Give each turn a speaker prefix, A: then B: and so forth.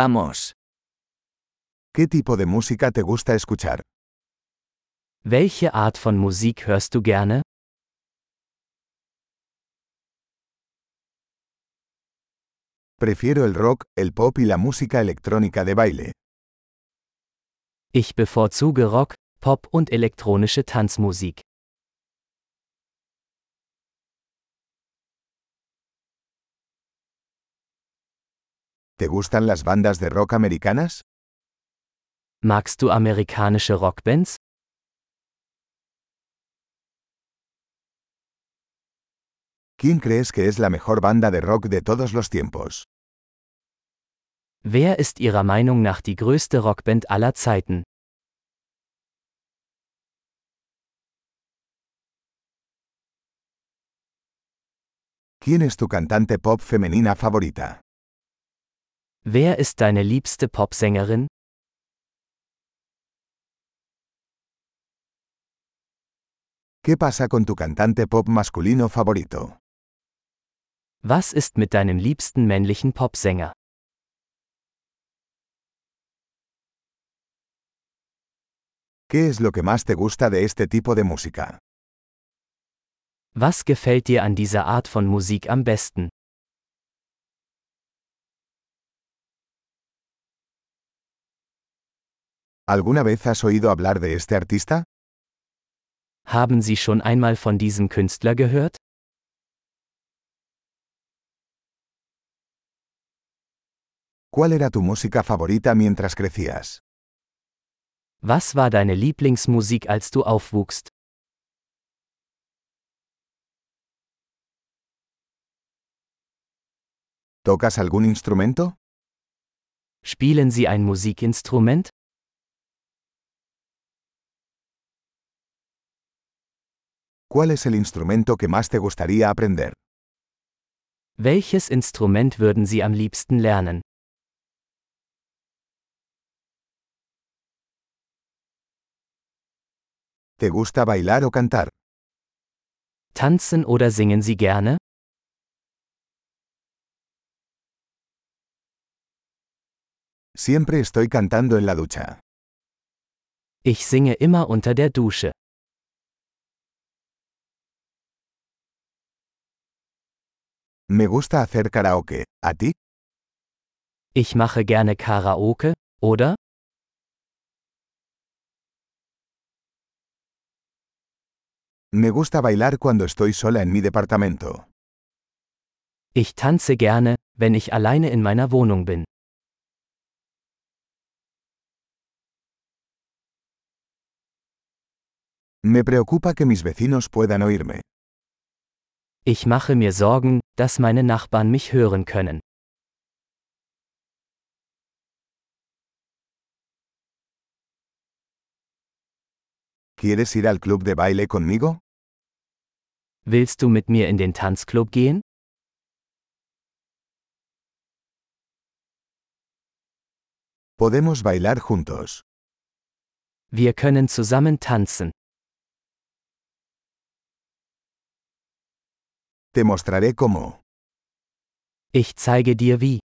A: Vamos.
B: ¿Qué tipo de música te gusta escuchar?
A: Welche Art von Musik hörst du gerne?
B: Prefiero el rock, el pop y la música electrónica de baile.
A: Ich bevorzuge Rock, Pop und elektronische Tanzmusik.
B: ¿Te gustan las bandas de rock americanas?
A: Magst du amerikanische Rockbands?
B: ¿Quién crees que es la mejor banda de rock de todos los tiempos?
A: Wer ist Ihrer Meinung nach die größte Rockband aller Zeiten?
B: ¿Quién es tu cantante pop femenina favorita?
A: Wer ist deine liebste Popsängerin?
B: ¿Qué pasa con tu cantante pop masculino favorito?
A: Was ist mit deinem liebsten männlichen Popsänger?
B: ¿Qué es lo que más te gusta de este tipo de música?
A: Was gefällt dir an dieser Art von Musik am besten?
B: ¿Alguna vez has oído hablar de este artista?
A: Haben Sie schon einmal von diesem Künstler gehört?
B: ¿Cuál era tu música favorita mientras crecías?
A: Was war deine Lieblingsmusik, als du aufwuchst?
B: ¿Tocas algún instrumento?
A: Spielen Sie ein Musikinstrument?
B: ¿Cuál es el instrumento que más te gustaría aprender?
A: Welches Instrument würden Sie am liebsten lernen?
B: ¿Te gusta bailar o cantar?
A: Tanzen oder singen Sie gerne?
B: Siempre estoy cantando en la ducha.
A: Ich singe immer unter der Dusche.
B: Me gusta hacer karaoke. ¿A ti?
A: Ich mache gerne Karaoke, oder?
B: Me gusta bailar cuando estoy sola en mi departamento.
A: Ich tanze gerne, wenn ich alleine in meiner Wohnung bin.
B: Me preocupa que mis vecinos puedan oírme.
A: Ich mache mir Sorgen, dass meine Nachbarn mich hören können.
B: ¿Quieres ir al club de baile conmigo?
A: Willst du mit mir in den Tanzclub gehen?
B: Podemos bailar juntos.
A: Wir können zusammen tanzen.
B: Te mostraré cómo.
A: Ich zeige dir wie.